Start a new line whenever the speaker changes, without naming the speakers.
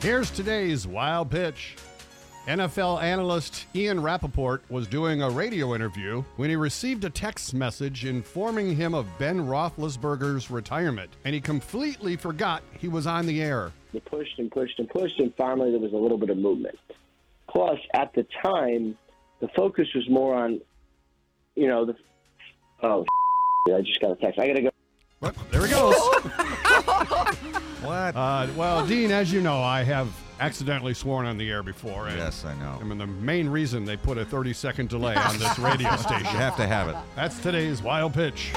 Here's today's wild pitch. NFL analyst Ian Rappaport was doing a radio interview when he received a text message informing him of Ben Roethlisberger's retirement, and he completely forgot he was on the air.
They pushed and pushed and pushed, and finally there was a little bit of movement. Plus, at the time, the focus was more on, you know, the oh, I just got a text. I gotta go.
But there he goes.
What?
Uh, well, Dean, as you know, I have accidentally sworn on the air before. And
yes, I know.
I mean, the main reason they put a 30 second delay on this radio
You
station.
have to have it.
That's today's wild pitch.